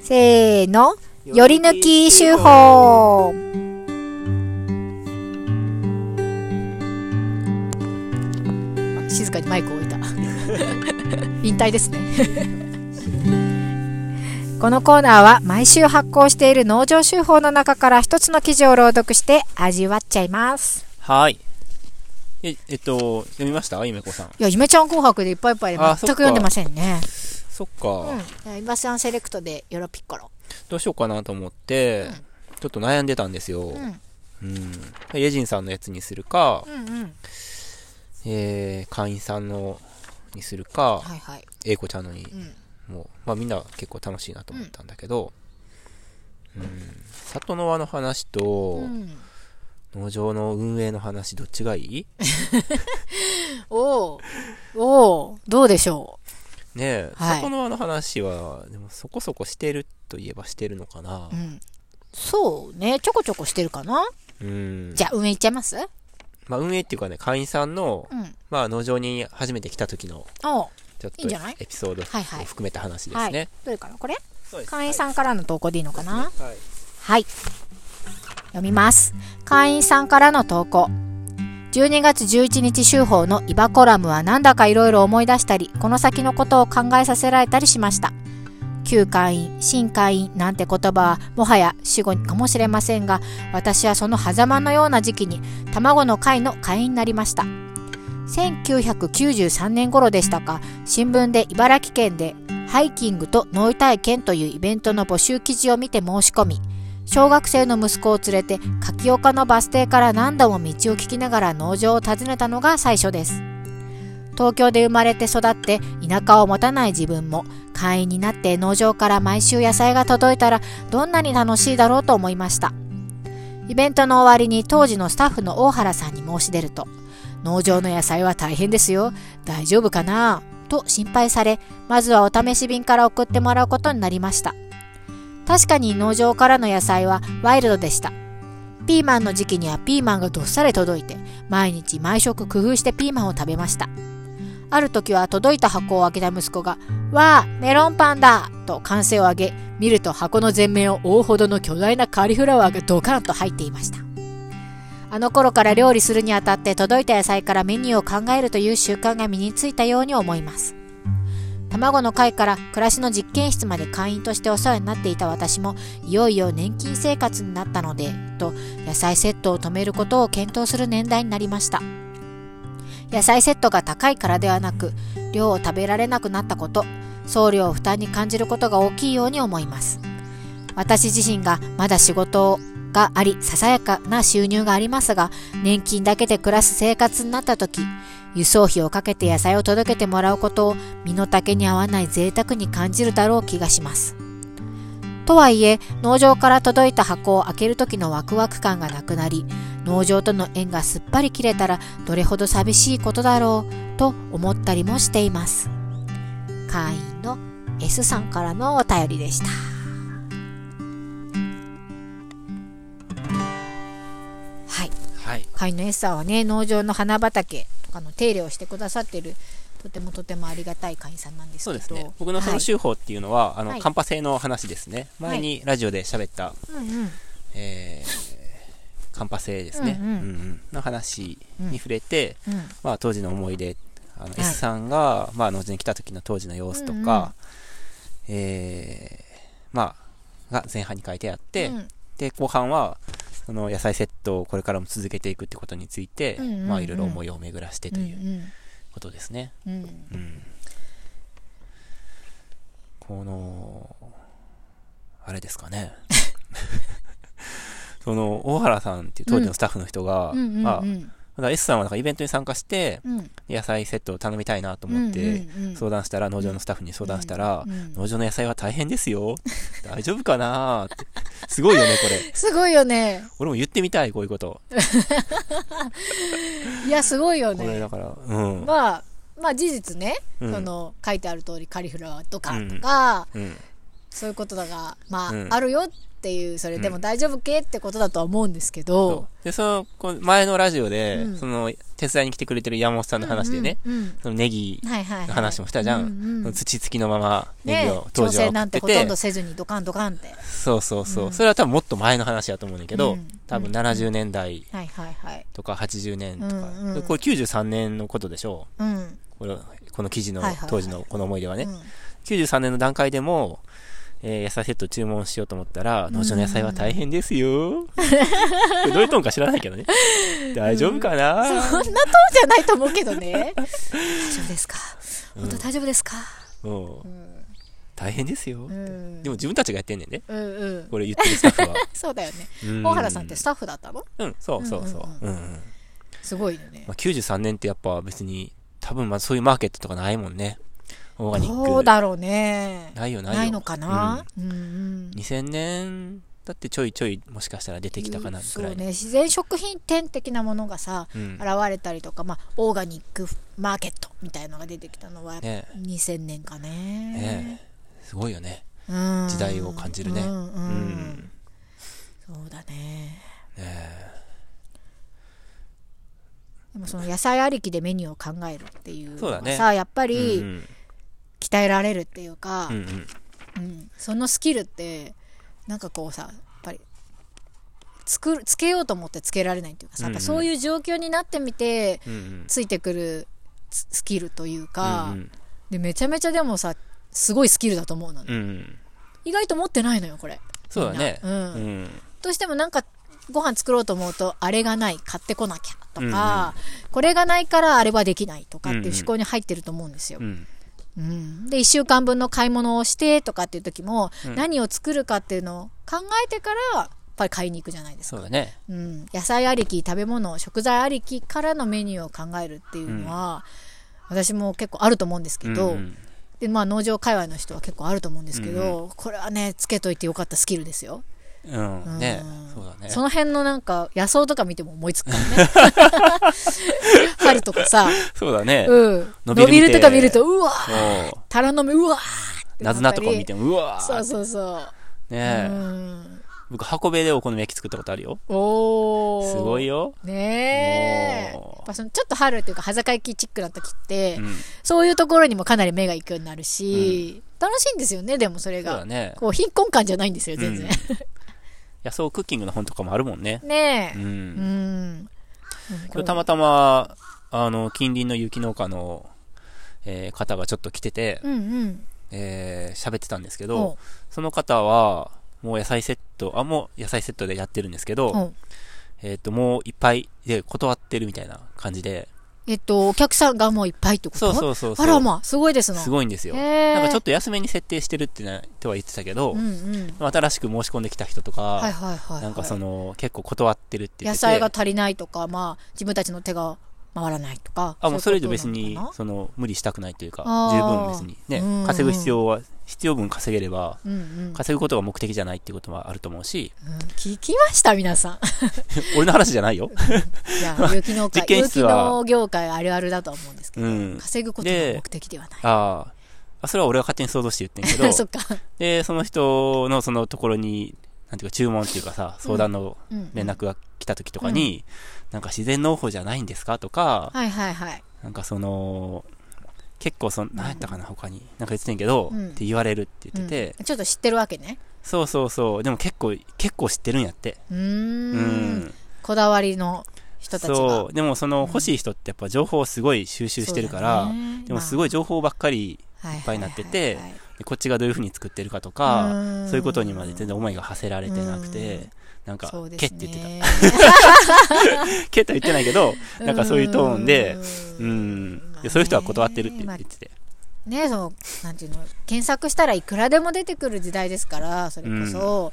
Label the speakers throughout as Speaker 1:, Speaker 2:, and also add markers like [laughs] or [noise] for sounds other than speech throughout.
Speaker 1: せーの、より抜き手法あ静かにマイクを置いた。 [laughs] 引退ですね。 [laughs] このコーナーは毎週発行している農場手法の中から一つの記事を朗読して味わっちゃいます。
Speaker 2: はい。え、えっと、読みましたゆめこさん。
Speaker 1: いや、ゆめちゃん紅白でいっぱいいっぱいで全
Speaker 2: あ
Speaker 1: く
Speaker 2: そっか
Speaker 1: 読んでませんね。
Speaker 2: そっか、
Speaker 1: うん。今さんセレクトでヨロピッコロ。
Speaker 2: どうしようかなと思って、ちょっと悩んでたんですよ。
Speaker 1: うん。
Speaker 2: うん。イェジンさんのやつにするか、
Speaker 1: うんうん。
Speaker 2: えー、会員さんのにするか、
Speaker 1: はいはい。
Speaker 2: 英子ちゃんのに
Speaker 1: う、ん。
Speaker 2: もう、まあみんな結構楽しいなと思ったんだけど、うん、里の輪の話と、
Speaker 1: うん、
Speaker 2: 農場の運営の話、どっちがいい
Speaker 1: おうおうどうでしょ
Speaker 2: ねえ、
Speaker 1: はい
Speaker 2: 里の輪の話は、でもそこそこしてるといえばしてるのかな
Speaker 1: う。うん。そうね。ちょこちょこしてるかな、
Speaker 2: うん。
Speaker 1: じゃあ、運営いっちゃいます
Speaker 2: まあ、運営っていうかね、会員さんの、
Speaker 1: うん。
Speaker 2: まあ、農場に初めて来た時の、
Speaker 1: おう
Speaker 2: ちょっと
Speaker 1: いいんじゃない
Speaker 2: エピソードを
Speaker 1: はいはい
Speaker 2: 含めた話で
Speaker 1: は
Speaker 2: す
Speaker 1: い。
Speaker 2: ね。
Speaker 1: どれかなこれ
Speaker 2: そうです
Speaker 1: 会員さんからの投稿でいいのかな、
Speaker 2: はい。はい
Speaker 1: はい。読みます。会員さんからの投稿。12月11日週報のイバコラムはなんだかいろいろ思い出したり、この先のことを考えさせられたりしました。旧会員、新会員なんて言葉はもはや死後かもしれませんが、私はその狭間のような時期に卵の会の会員になりました。1993年頃でしたか、新聞で茨城県でハイキングと農体験というイベントの募集記事を見て申し込み、小学生の息子を連れて柿岡のバス停から何度も道を聞きながら農場を訪ねたのが最初です東京で生まれて育って田舎を持たない自分も会員になって農場から毎週野菜が届いたらどんなに楽しいだろうと思いましたイベントの終わりに当時のスタッフの大原さんに申し出ると農場の野菜は大変ですよ大丈夫かなと心配されまずはお試し便から送ってもらうことになりました確かに農場からの野菜はワイルドでしたピーマンの時期にはピーマンがどっさり届いて毎日毎食工夫してピーマンを食べましたある時は届いた箱を開けた息子が「わあメロンパンだ!」と歓声を上げ見ると箱の全面を覆うほどの巨大なカリフラワーがドカンと入っていましたあの頃から料理するにあたって届いた野菜からメニューを考えるという習慣が身についたように思います卵の会から暮らしの実験室まで会員としてお世話になっていた私もいよいよ年金生活になったのでと野菜セットを止めることを検討する年代になりました野菜セットが高いからではなく量を食べられなくなったこと送料を負担に感じることが大きいように思います私自身がまだ仕事がありささやかな収入がありますが年金だけで暮らす生活になった時輸送費をかけて野菜を届けてもらうことを身の丈に合わない贅沢に感じるだろう気がしますとはいえ農場から届いた箱を開ける時のワクワク感がなくなり農場との縁がすっぱり切れたらどれほど寂しいことだろうと思ったりもしています会員の S さんからのお便りでしたはい
Speaker 2: はい。
Speaker 1: 会員の S さんはね農場の花畑とかの手入れをしてくださってるとてもとてもありがたい会員さんなんですけ
Speaker 2: そう
Speaker 1: ど
Speaker 2: ですね。僕のその
Speaker 1: はい
Speaker 2: 手法っていうのは、あ
Speaker 1: はい
Speaker 2: の、カンパ製の話ですね。前にラジオで喋った、
Speaker 1: うんうん
Speaker 2: えー、カンパ製ですね。
Speaker 1: う
Speaker 2: うんん
Speaker 1: うん
Speaker 2: うんの話に触れて、
Speaker 1: うん
Speaker 2: まあ、当時の思い出、あの、
Speaker 1: い
Speaker 2: S さんが、まあ、農場に来た時の当時の様子とか、えー、まあ、が前半に書いてあって、
Speaker 1: うん
Speaker 2: で、後半は、その野菜セットをこれからも続けていくってことについて、
Speaker 1: うんうんうん
Speaker 2: まあ、いろいろ思いを巡らしてといううんことですね。
Speaker 1: うんうん
Speaker 2: うん。この、あれです
Speaker 1: [laughs]
Speaker 2: かね。その、大原さんっていう当時のスタッフの人が、
Speaker 1: うんうん
Speaker 2: まあ
Speaker 1: う、ん
Speaker 2: だから S さんはなんかイベントに参加して、
Speaker 1: うん
Speaker 2: 野菜セットを頼みたいなと思って、
Speaker 1: うんうんうん
Speaker 2: 相談したら、農場のスタッフに相談したら
Speaker 1: う、ん
Speaker 2: 農場の野菜は大変ですよ。大丈夫かなって。すごいよね、これ。
Speaker 1: すごいよね
Speaker 2: 俺も言ってみたい、こういうこと。
Speaker 1: いやすごいよ
Speaker 2: これ
Speaker 1: ね
Speaker 2: だから、うん。
Speaker 1: まあまあ事実ね、
Speaker 2: うん
Speaker 1: その書いてある通りカリフラワーとかとか、
Speaker 2: うん。
Speaker 1: そういうことだが、まあ、
Speaker 2: うん
Speaker 1: あるよっていう、それでも大丈夫けってことだとは思うんですけど
Speaker 2: そ、うで、その、こう前のラジオで、
Speaker 1: うん
Speaker 2: その、手伝いに来てくれてる山本さんの話でね、
Speaker 1: うんうん
Speaker 2: そのネギ
Speaker 1: うんはいはいはい、
Speaker 2: の話もしたじゃん。
Speaker 1: ううん
Speaker 2: その土付きのままネ
Speaker 1: ね
Speaker 2: ギを、当
Speaker 1: 調
Speaker 2: 時は
Speaker 1: 整
Speaker 2: 送
Speaker 1: な
Speaker 2: っ
Speaker 1: んて
Speaker 2: て
Speaker 1: ほと
Speaker 2: て
Speaker 1: んど、せずにドカンドカンって。
Speaker 2: そうそうそう、
Speaker 1: うん
Speaker 2: それは多分もっと前の話だと思うんだけど、
Speaker 1: うん
Speaker 2: 多分
Speaker 1: うん
Speaker 2: 70年代
Speaker 1: はいはいはい。
Speaker 2: とか80年と
Speaker 1: う
Speaker 2: か、
Speaker 1: んうん
Speaker 2: これ93年のことでしょ
Speaker 1: うん。
Speaker 2: うこのこの記事の
Speaker 1: はいはいはい
Speaker 2: 当時のこの思い出はね、
Speaker 1: うん
Speaker 2: 93年の段階でも、えー野菜セット注文しようと思ったら、
Speaker 1: ん
Speaker 2: 農場の野菜は大変ですよ
Speaker 1: [laughs]
Speaker 2: これどういうトーンか知らないけどね大丈夫か
Speaker 1: そんな
Speaker 2: な、
Speaker 1: とじゃないと思うけどね。大丈夫ですか本当大丈夫ですか
Speaker 2: もう
Speaker 1: うん。
Speaker 2: 大変ですよ、
Speaker 1: うん
Speaker 2: でも自分たちがやってんねんね
Speaker 1: うんうん。
Speaker 2: これ言ってるスタッフは
Speaker 1: そうだよね。
Speaker 2: うん
Speaker 1: 大原さんってスタッフだったの
Speaker 2: うんそうそうそう,、
Speaker 1: う
Speaker 2: うんんうん
Speaker 1: すごいよね
Speaker 2: まあ、。93年ってやっぱ別に多分まあそういうマーケットとかないもんねオーガニック
Speaker 1: そうだろうね。
Speaker 2: ないよないよ
Speaker 1: ないのかなうんうん。
Speaker 2: うん2000年だってちょいちょいもしかしたら出てきたかなぐ
Speaker 1: そう
Speaker 2: らい
Speaker 1: ね自然食品店的なものがさ、
Speaker 2: うん
Speaker 1: 現れたりとか、まあ、オーガニックマーケットみたいのが出てきたのは
Speaker 2: ね
Speaker 1: 2000年かね
Speaker 2: ねすごいよね
Speaker 1: うん
Speaker 2: 時代を感じるね
Speaker 1: うんう
Speaker 2: うんん
Speaker 1: そうだね
Speaker 2: ねえ
Speaker 1: でもその野菜ありきでメニューを考えるっていう
Speaker 2: そう
Speaker 1: のが
Speaker 2: だね
Speaker 1: さ、やっぱ
Speaker 2: うんう
Speaker 1: り
Speaker 2: ん
Speaker 1: 鍛えられるっていうか、
Speaker 2: うんうん
Speaker 1: うんそのスキルってなんかこうさやっぱり作るつけようと思ってつけられないっていうかさやっぱそういう状況になってみて
Speaker 2: うんうん
Speaker 1: ついてくるススキルというか、
Speaker 2: うん
Speaker 1: でめちゃめちゃでもさすごいスキルだと思うのね、
Speaker 2: うんうん
Speaker 1: 意外と持ってないのよこれ
Speaker 2: そうだね
Speaker 1: みんなうん
Speaker 2: うん
Speaker 1: どうしてもなんかご飯作ろうと思うとあれがない買ってこなきゃとか、これがないからあれはできないとかっていう思考に入ってると思うんですよ、
Speaker 2: うん
Speaker 1: うん、で1週間分の買い物をしてとかっていう時も、何を作るかっていうのを考えてからやっぱり買いに行くじゃないですか、
Speaker 2: そうだね
Speaker 1: うん、野菜ありき食べ物食材ありきからのメニューを考えるっていうのは、私も結構あると思うんですけど、
Speaker 2: うんうん
Speaker 1: でまあ、農場界隈の人は結構あると思うんですけど、これはねつけといてよかったスキルですよ、
Speaker 2: うんね
Speaker 1: うん
Speaker 2: そうだね
Speaker 1: その辺のなんか野草とか見ても思いつくからね
Speaker 2: [laughs]
Speaker 1: 針とかさ、
Speaker 2: そうだね
Speaker 1: うん、伸
Speaker 2: 伸
Speaker 1: び
Speaker 2: びる見て
Speaker 1: るとか見るとうわー
Speaker 2: もう
Speaker 1: タラの芽うわーって
Speaker 2: なずなとか見
Speaker 1: て
Speaker 2: てもうわ
Speaker 1: そう
Speaker 2: ー
Speaker 1: そうそう、う
Speaker 2: ねえ
Speaker 1: ん
Speaker 2: 僕箱べでお好み焼き作ったことあるよ
Speaker 1: おー
Speaker 2: すごいよ
Speaker 1: ねえ
Speaker 2: おー
Speaker 1: やっぱそのちょっと春っていうか裸行きチックな時って、
Speaker 2: うん
Speaker 1: そういうところにもかなり目が行くようになるし、楽しいんですよねでもそれ
Speaker 2: そう
Speaker 1: が
Speaker 2: だね
Speaker 1: こう貧困感じゃないんですよ全然、
Speaker 2: 野草クッキングの本とかもあるもんね
Speaker 1: ね
Speaker 2: う
Speaker 1: えうん、
Speaker 2: ん
Speaker 1: これ
Speaker 2: たまたまあの近隣の雪農家の、えー方がちょっと来てて
Speaker 1: うんうん
Speaker 2: えー喋ってたんですけ
Speaker 1: おう
Speaker 2: どその方はもう野菜セットあもう野菜セットでやってるんですけ
Speaker 1: お
Speaker 2: ど
Speaker 1: う
Speaker 2: えっともういっぱいで断ってるみたいな感じで
Speaker 1: えっとお客さんがもういっぱいってこと
Speaker 2: そうそうそうそう
Speaker 1: あらまあすごいですな
Speaker 2: す
Speaker 1: い
Speaker 2: ごいんですよなんかちょっと安めに設定してるってな人は言ってたけど
Speaker 1: うんうん
Speaker 2: 新しく申し込んできた人と
Speaker 1: はい
Speaker 2: か
Speaker 1: はいはい、はい、
Speaker 2: なんかその結構断ってるって言
Speaker 1: 野
Speaker 2: って
Speaker 1: 菜が
Speaker 2: て
Speaker 1: 足りないとか、まあ、自分たちの手が回らないとか。
Speaker 2: あもうそれ以
Speaker 1: い
Speaker 2: 上
Speaker 1: こと
Speaker 2: 別
Speaker 1: なの
Speaker 2: に
Speaker 1: かな
Speaker 2: その無理したくないというか
Speaker 1: あ
Speaker 2: 十
Speaker 1: ー
Speaker 2: 分別に
Speaker 1: うんう
Speaker 2: ね
Speaker 1: ん
Speaker 2: 稼ぐ必要は必要分稼げれば
Speaker 1: うんうん、
Speaker 2: 稼ぐことが目的じゃないっていうこともあると思うし
Speaker 1: うん聞きました、皆さん。
Speaker 2: [laughs] 俺の話じゃないよ
Speaker 1: いや、有機農家、
Speaker 2: 実験
Speaker 1: 有機
Speaker 2: 室は
Speaker 1: 農業界あるあるだと思うんですけど、
Speaker 2: うん
Speaker 1: 稼ぐことが目的ではない。
Speaker 2: あーあそれは俺が勝手に想像して言ってん
Speaker 1: [laughs]
Speaker 2: け
Speaker 1: そっ
Speaker 2: ど
Speaker 1: か。
Speaker 2: でその人のそのところになんていうか注文っていうかさ相談の
Speaker 1: うん
Speaker 2: 連絡が来た時とかになんか自然農法じゃないんですかとか
Speaker 1: はいはいはい。
Speaker 2: なんかその結構その何やったかな他になんか言ってたんやけど
Speaker 1: うん
Speaker 2: って言われるって言ってて
Speaker 1: うんちょっと知ってるわけね。
Speaker 2: そうそうそうでも結構結構知ってるんやって
Speaker 1: うー。
Speaker 2: うんん
Speaker 1: こだわりの人たちが。
Speaker 2: そうでもその欲しい人ってやっぱ情報をすごい収集してるから、でもすご
Speaker 1: い
Speaker 2: い情報ばっかり
Speaker 1: いっ
Speaker 2: ぱいになっててでこっちがどういうふうに作ってるかと
Speaker 1: う
Speaker 2: か
Speaker 1: ん
Speaker 2: そういうことにまで全然思いが馳せられてなく
Speaker 1: うん
Speaker 2: てなんか
Speaker 1: そうで
Speaker 2: 「け」っ
Speaker 1: す
Speaker 2: て
Speaker 1: ね。
Speaker 2: 言ってた「け」とは言ってないけど [laughs] なんかそういうトーンで
Speaker 1: う
Speaker 2: うんん
Speaker 1: まあね
Speaker 2: でそういう人は断ってるって言ってて
Speaker 1: ねそのなんていうの検索したらいくらでも出てくる時代ですからそれこそ、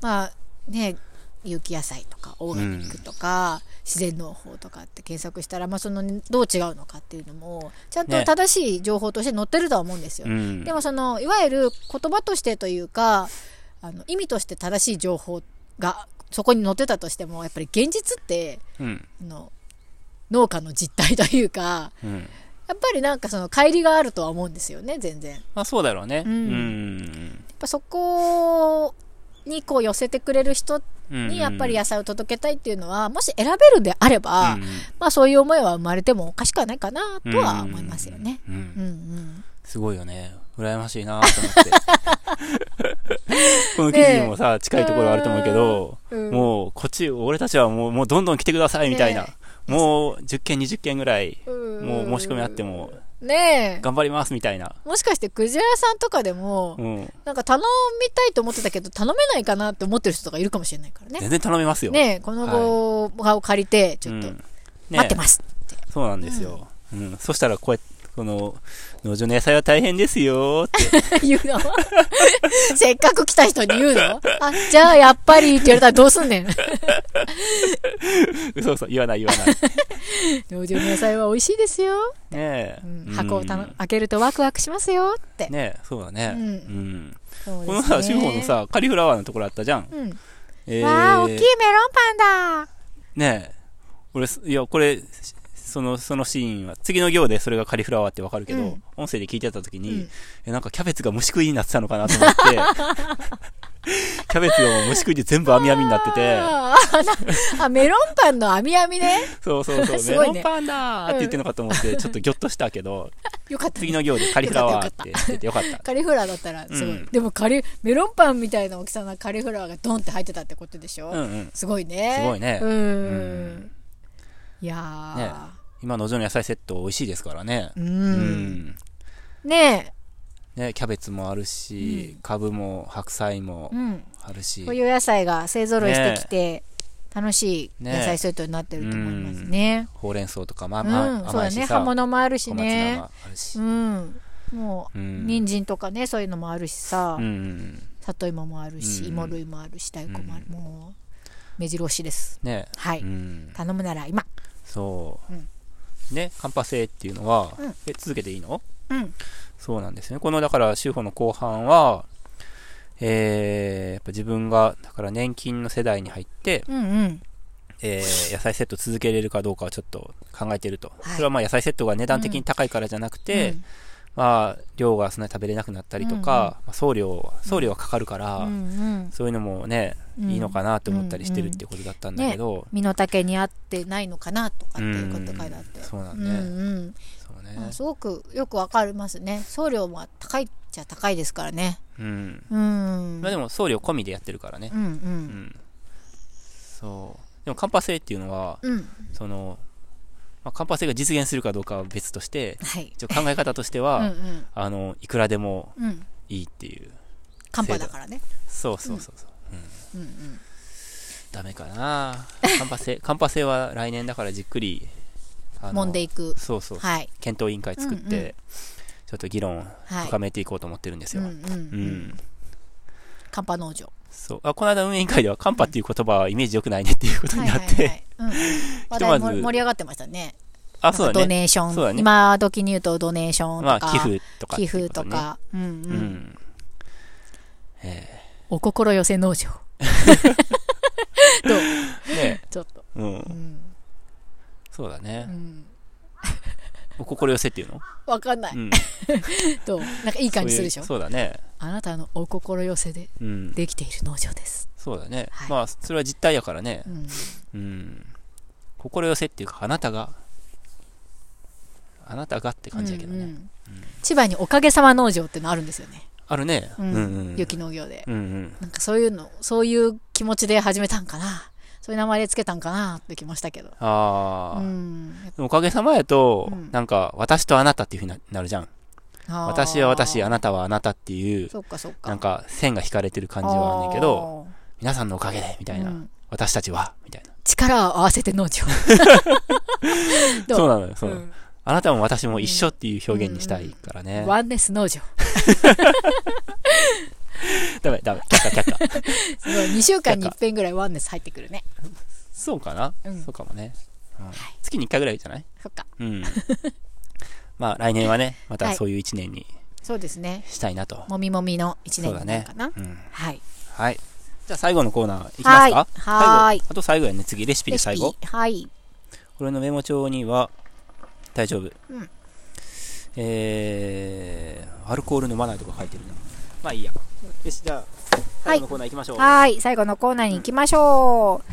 Speaker 1: まあね有機野菜とかオーガニックとか、自然農法とかって検索したら、まあ、そのどう違うのかっていうのもちゃんと
Speaker 2: ね
Speaker 1: 正しい情報として載ってるとは思うんですよ。
Speaker 2: うん
Speaker 1: でもそのいわゆる言葉としてというかあの意味として正しい情報がそこに載ってたとしてもやっぱり現実って
Speaker 2: うん
Speaker 1: あの農家の実態というか
Speaker 2: うん
Speaker 1: やっぱりなんかその乖離があるとは思うんですよね全然。
Speaker 2: まあそうだろうね
Speaker 1: う
Speaker 2: うんん
Speaker 1: ぱそこにこう寄せてくれる人
Speaker 2: うん
Speaker 1: にやっぱり
Speaker 2: や
Speaker 1: 野菜を届けたいっていうのは、もし選べるんであれば、まあそういう思いは生まれてもおかしくはないかなとは思いますよね。。
Speaker 2: うんう
Speaker 1: う
Speaker 2: ん
Speaker 1: んうん。
Speaker 2: すごいよね。羨ましいなと
Speaker 1: [laughs]
Speaker 2: 思って。この記事にもさ、近いところあると思うけど、
Speaker 1: うん
Speaker 2: もう、こっち、俺たちはもう、もうどんどん来てくださいみたいな
Speaker 1: ね。
Speaker 2: もう、10件、20件ぐらい、
Speaker 1: うん
Speaker 2: もう申し込みあっても、
Speaker 1: ねえ
Speaker 2: 頑張りますみたいな。
Speaker 1: もしかしてクジラ屋さんとかでも、
Speaker 2: うん。
Speaker 1: なんか頼みたいと思ってたけど頼めないかなって思ってる人とかいるかもしれないからね
Speaker 2: 全然頼めますよ。
Speaker 1: ねえこの後場を借りてち
Speaker 2: う
Speaker 1: ょっ
Speaker 2: ん。
Speaker 1: と
Speaker 2: ね
Speaker 1: 待ってます、 [laughs]
Speaker 2: そうなんですよ。うん。そしたら、こうやって、この、農場の野菜は大変ですよ [laughs] って。
Speaker 1: 言うの [laughs] せっかく来た人に言うのあじゃあやっぱりって言われたらどうすんね [laughs] ん
Speaker 2: 嘘嘘、言わない言わ
Speaker 1: [laughs]
Speaker 2: ない。ね
Speaker 1: 農場の野菜は美味しいですよ、
Speaker 2: え
Speaker 1: う。
Speaker 2: うんん
Speaker 1: 箱をたの開けるとワクワクしますよって、
Speaker 2: ねえ、そうだね。
Speaker 1: うん
Speaker 2: うん。
Speaker 1: そうです
Speaker 2: こ
Speaker 1: ね
Speaker 2: のさ、司法のさ、カリフラワーのところあったじゃん。
Speaker 1: うん、
Speaker 2: えー
Speaker 1: わあ大きいメロンパンだ
Speaker 2: ねえ。俺、すいや、これ、しその、そのシーンは、次の行でそれがカリフラワーってわかるけど、
Speaker 1: うん
Speaker 2: 音声で聞いてた時
Speaker 1: う
Speaker 2: に
Speaker 1: ん、
Speaker 2: え、なんかキャベツが虫食いになってたのかなと思
Speaker 1: [laughs]
Speaker 2: って、キャベツを虫食いで全部網網になってて、
Speaker 1: あーなあメロンパンのあみあみね
Speaker 2: そうそうそう、
Speaker 1: す
Speaker 2: メ
Speaker 1: ごい
Speaker 2: ロ
Speaker 1: ね
Speaker 2: ンパンだーって言ってるのかと思って、ちょっとギョッとしたけど、
Speaker 1: よかったね
Speaker 2: 次の行でカリフラワーって言っててよかった。
Speaker 1: カリフラワーだったらすごい、
Speaker 2: うん
Speaker 1: でもカリメロンパンみたいな大きさのカリフラワーがドンって入ってたってことでしょ、
Speaker 2: うんうん。
Speaker 1: すごいね
Speaker 2: すごいね
Speaker 1: うん、
Speaker 2: うん
Speaker 1: いや
Speaker 2: 今の農場の野菜セット美味しいですからね
Speaker 1: ー。う
Speaker 2: うんん。
Speaker 1: ね
Speaker 2: ね、キャベツもあるし、カブも白菜も
Speaker 1: え、うん、
Speaker 2: あるし。
Speaker 1: 冬野菜が勢ぞろいしてきて、楽しい野菜セットになってると思いますね
Speaker 2: ほうれん草とか、まあ、
Speaker 1: うん、
Speaker 2: まあ、
Speaker 1: そう
Speaker 2: 甘
Speaker 1: だ
Speaker 2: い
Speaker 1: ね
Speaker 2: し
Speaker 1: 葉
Speaker 2: さ、
Speaker 1: 物もある
Speaker 2: 小
Speaker 1: し
Speaker 2: 松菜
Speaker 1: ね
Speaker 2: もあるし
Speaker 1: う。んもう、
Speaker 2: うん
Speaker 1: 人参とかねそういうのもあるしさ、
Speaker 2: うんうん。
Speaker 1: 里芋もあるし、
Speaker 2: うん
Speaker 1: 芋類もあるし大根もある、
Speaker 2: うん
Speaker 1: もう目白押しです
Speaker 2: ね。
Speaker 1: はい、
Speaker 2: うん。
Speaker 1: 頼むなら今
Speaker 2: そう
Speaker 1: うん。
Speaker 2: ね、カンパ性っていうのは
Speaker 1: うん、
Speaker 2: え、続けていいの
Speaker 1: うん
Speaker 2: そうなんですね。この、だから、週報の後半は、えーやっぱ自分が、だから年金の世代に入って、
Speaker 1: うんうん
Speaker 2: えー野菜セット続けれるかどうかをちょっと考えてると。
Speaker 1: はい
Speaker 2: それはまあ野菜セットが値段的に高いからじゃなくて、まあ量がそんなに食べれなくなったりとか、まあ送料、送料はかかるから、
Speaker 1: うんうん
Speaker 2: そういうのもね、
Speaker 1: うん
Speaker 2: いいのかなと思ったりしてるってことだったんだけど、
Speaker 1: 身の丈に合ってないのかなとかっていうこと書いてあって
Speaker 2: うんそうだ
Speaker 1: うん
Speaker 2: ね
Speaker 1: うん
Speaker 2: そう
Speaker 1: ま
Speaker 2: ね
Speaker 1: あ、すごくよくわかりますね送料も高いっちゃ高いですからね
Speaker 2: うん
Speaker 1: うん
Speaker 2: まあでも送料込みでやってるからね
Speaker 1: う、んう
Speaker 2: うん
Speaker 1: ん
Speaker 2: そうでもカンパ制っていうのは、
Speaker 1: うん
Speaker 2: その、まあ、カンパ制が実現するかどうかは別として
Speaker 1: はい
Speaker 2: 一応考え方として
Speaker 1: [laughs] うんう
Speaker 2: は、
Speaker 1: ん
Speaker 2: あのいくらでも
Speaker 1: うん
Speaker 2: いいっていう
Speaker 1: カンパだからね
Speaker 2: そうそうそうそう、
Speaker 1: うんうん
Speaker 2: ダメかなカンパ制 [laughs] カンパ制は来年だからじっくりあの
Speaker 1: 揉んでいく
Speaker 2: そうそう、
Speaker 1: はい
Speaker 2: 検討委員会作って、
Speaker 1: うんうん
Speaker 2: ちょっと議論
Speaker 1: はい
Speaker 2: 深めていこうと思ってるんです
Speaker 1: う
Speaker 2: よ、
Speaker 1: んうんう
Speaker 2: うんん
Speaker 1: カンパ農場
Speaker 2: そうあこの間運営委員会ではカンパっていう言葉はイメージ良くないねっていうことになって、
Speaker 1: はいはいはいうんうん話
Speaker 2: ひとま
Speaker 1: 題
Speaker 2: ず
Speaker 1: も盛り上がってましたね
Speaker 2: [laughs] あそう
Speaker 1: ド
Speaker 2: だね
Speaker 1: ネーシ
Speaker 2: そう
Speaker 1: ョ
Speaker 2: だ
Speaker 1: ン、
Speaker 2: ね
Speaker 1: 今時に言うとドネーションと
Speaker 2: ま
Speaker 1: か、
Speaker 2: あ寄付とかって
Speaker 1: 寄
Speaker 2: い
Speaker 1: 付
Speaker 2: うことね
Speaker 1: か、うんう
Speaker 2: うんんえ
Speaker 1: お心寄せ農場どう
Speaker 2: えね
Speaker 1: [laughs] ちょっと、
Speaker 2: えう
Speaker 1: うんん
Speaker 2: そうだ
Speaker 1: う
Speaker 2: ね
Speaker 1: ん、
Speaker 2: お心寄せっていうの
Speaker 1: わかんない
Speaker 2: うん
Speaker 1: どうなんかいい感じするでしょ
Speaker 2: そういうそうだね
Speaker 1: あなたのお心寄せで
Speaker 2: うん
Speaker 1: できている農場です、
Speaker 2: そうだね
Speaker 1: はい
Speaker 2: まあそれは実態やからね
Speaker 1: うん、
Speaker 2: うん心寄せっていうかあなたがあなたがって感じやけど
Speaker 1: うんう
Speaker 2: ね
Speaker 1: ん千葉におかげさま農場ってのあるんですよね、
Speaker 2: あるねう
Speaker 1: うんん
Speaker 2: うん
Speaker 1: 雪農業で
Speaker 2: うんうん
Speaker 1: なんかそういうのそういう気持ちで始めたんかなそういう名前でつけたんかなってきましたけど
Speaker 2: ああ
Speaker 1: うん
Speaker 2: おかげさまやと、
Speaker 1: うん
Speaker 2: なんか、私とあなたっていうふうにななるじゃん。
Speaker 1: あー
Speaker 2: 私は私、あなたはあなたっていう、
Speaker 1: そっかそっか
Speaker 2: なんか、線が引かれてる感じはあんねんけど、皆さんのおかげで、み
Speaker 1: あ
Speaker 2: た
Speaker 1: ー
Speaker 2: いな。
Speaker 1: うん
Speaker 2: 私たちは、みたいな。
Speaker 1: 力を合わせて農場どう
Speaker 2: そうなのよ、そう、
Speaker 1: ん
Speaker 2: あなたも私も一緒っていう表現にしたいからね。
Speaker 1: ワンネス農場
Speaker 2: ダメ、ダメ、却下、却下。
Speaker 1: すごい2週間に一遍ぐらいワンネス入ってくるね
Speaker 2: そうかな、
Speaker 1: うん
Speaker 2: そうかもね、うん月に1回ぐらいじゃない
Speaker 1: そっか
Speaker 2: うん。 [laughs] まあ、来年はね、ま
Speaker 1: は
Speaker 2: た
Speaker 1: い
Speaker 2: そういう1年に
Speaker 1: そうですね
Speaker 2: したいなと。
Speaker 1: もみもみの1
Speaker 2: そ
Speaker 1: 年
Speaker 2: うだ
Speaker 1: になる
Speaker 2: ね
Speaker 1: かな、。
Speaker 2: うん。
Speaker 1: はい
Speaker 2: はい。じゃあ、最後のコーナーいきますか
Speaker 1: はーいはーい
Speaker 2: 最後あと最後やね、次、レシピで最後
Speaker 1: レシ。ピはい
Speaker 2: 俺のメモ帳には、大丈夫。
Speaker 1: うん
Speaker 2: えー、アルコール飲まないとか書いてるな。まあいいや。よし、じゃあ、最後のコーナー行きましょう。
Speaker 1: はーい、最後のコーナーに行きましょう。